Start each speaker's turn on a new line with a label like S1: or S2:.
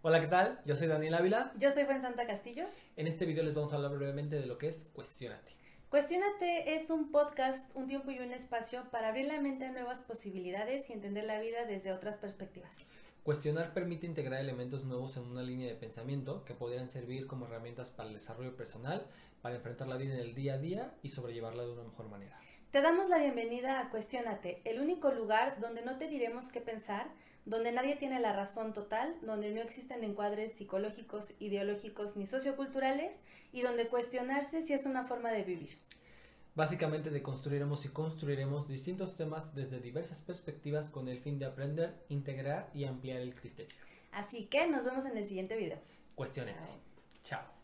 S1: Hola, ¿qué tal? Yo soy Daniel Ávila.
S2: Yo soy Juan Santa Castillo.
S1: En este video les vamos a hablar brevemente de lo que es Cuestiónate.
S2: Cuestiónate es un podcast, un tiempo y un espacio para abrir la mente a nuevas posibilidades y entender la vida desde otras perspectivas.
S1: Cuestionar permite integrar elementos nuevos en una línea de pensamiento que podrían servir como herramientas para el desarrollo personal, para enfrentar la vida en el día a día y sobrellevarla de una mejor manera.
S2: Te damos la bienvenida a Cuestiónate, el único lugar donde no te diremos qué pensar, donde nadie tiene la razón total, donde no existen encuadres psicológicos, ideológicos ni socioculturales y donde cuestionarse si es una forma de vivir.
S1: Básicamente deconstruiremos y construiremos distintos temas desde diversas perspectivas con el fin de aprender, integrar y ampliar el criterio.
S2: Así que nos vemos en el siguiente video.
S1: Cuestiónense. Chao.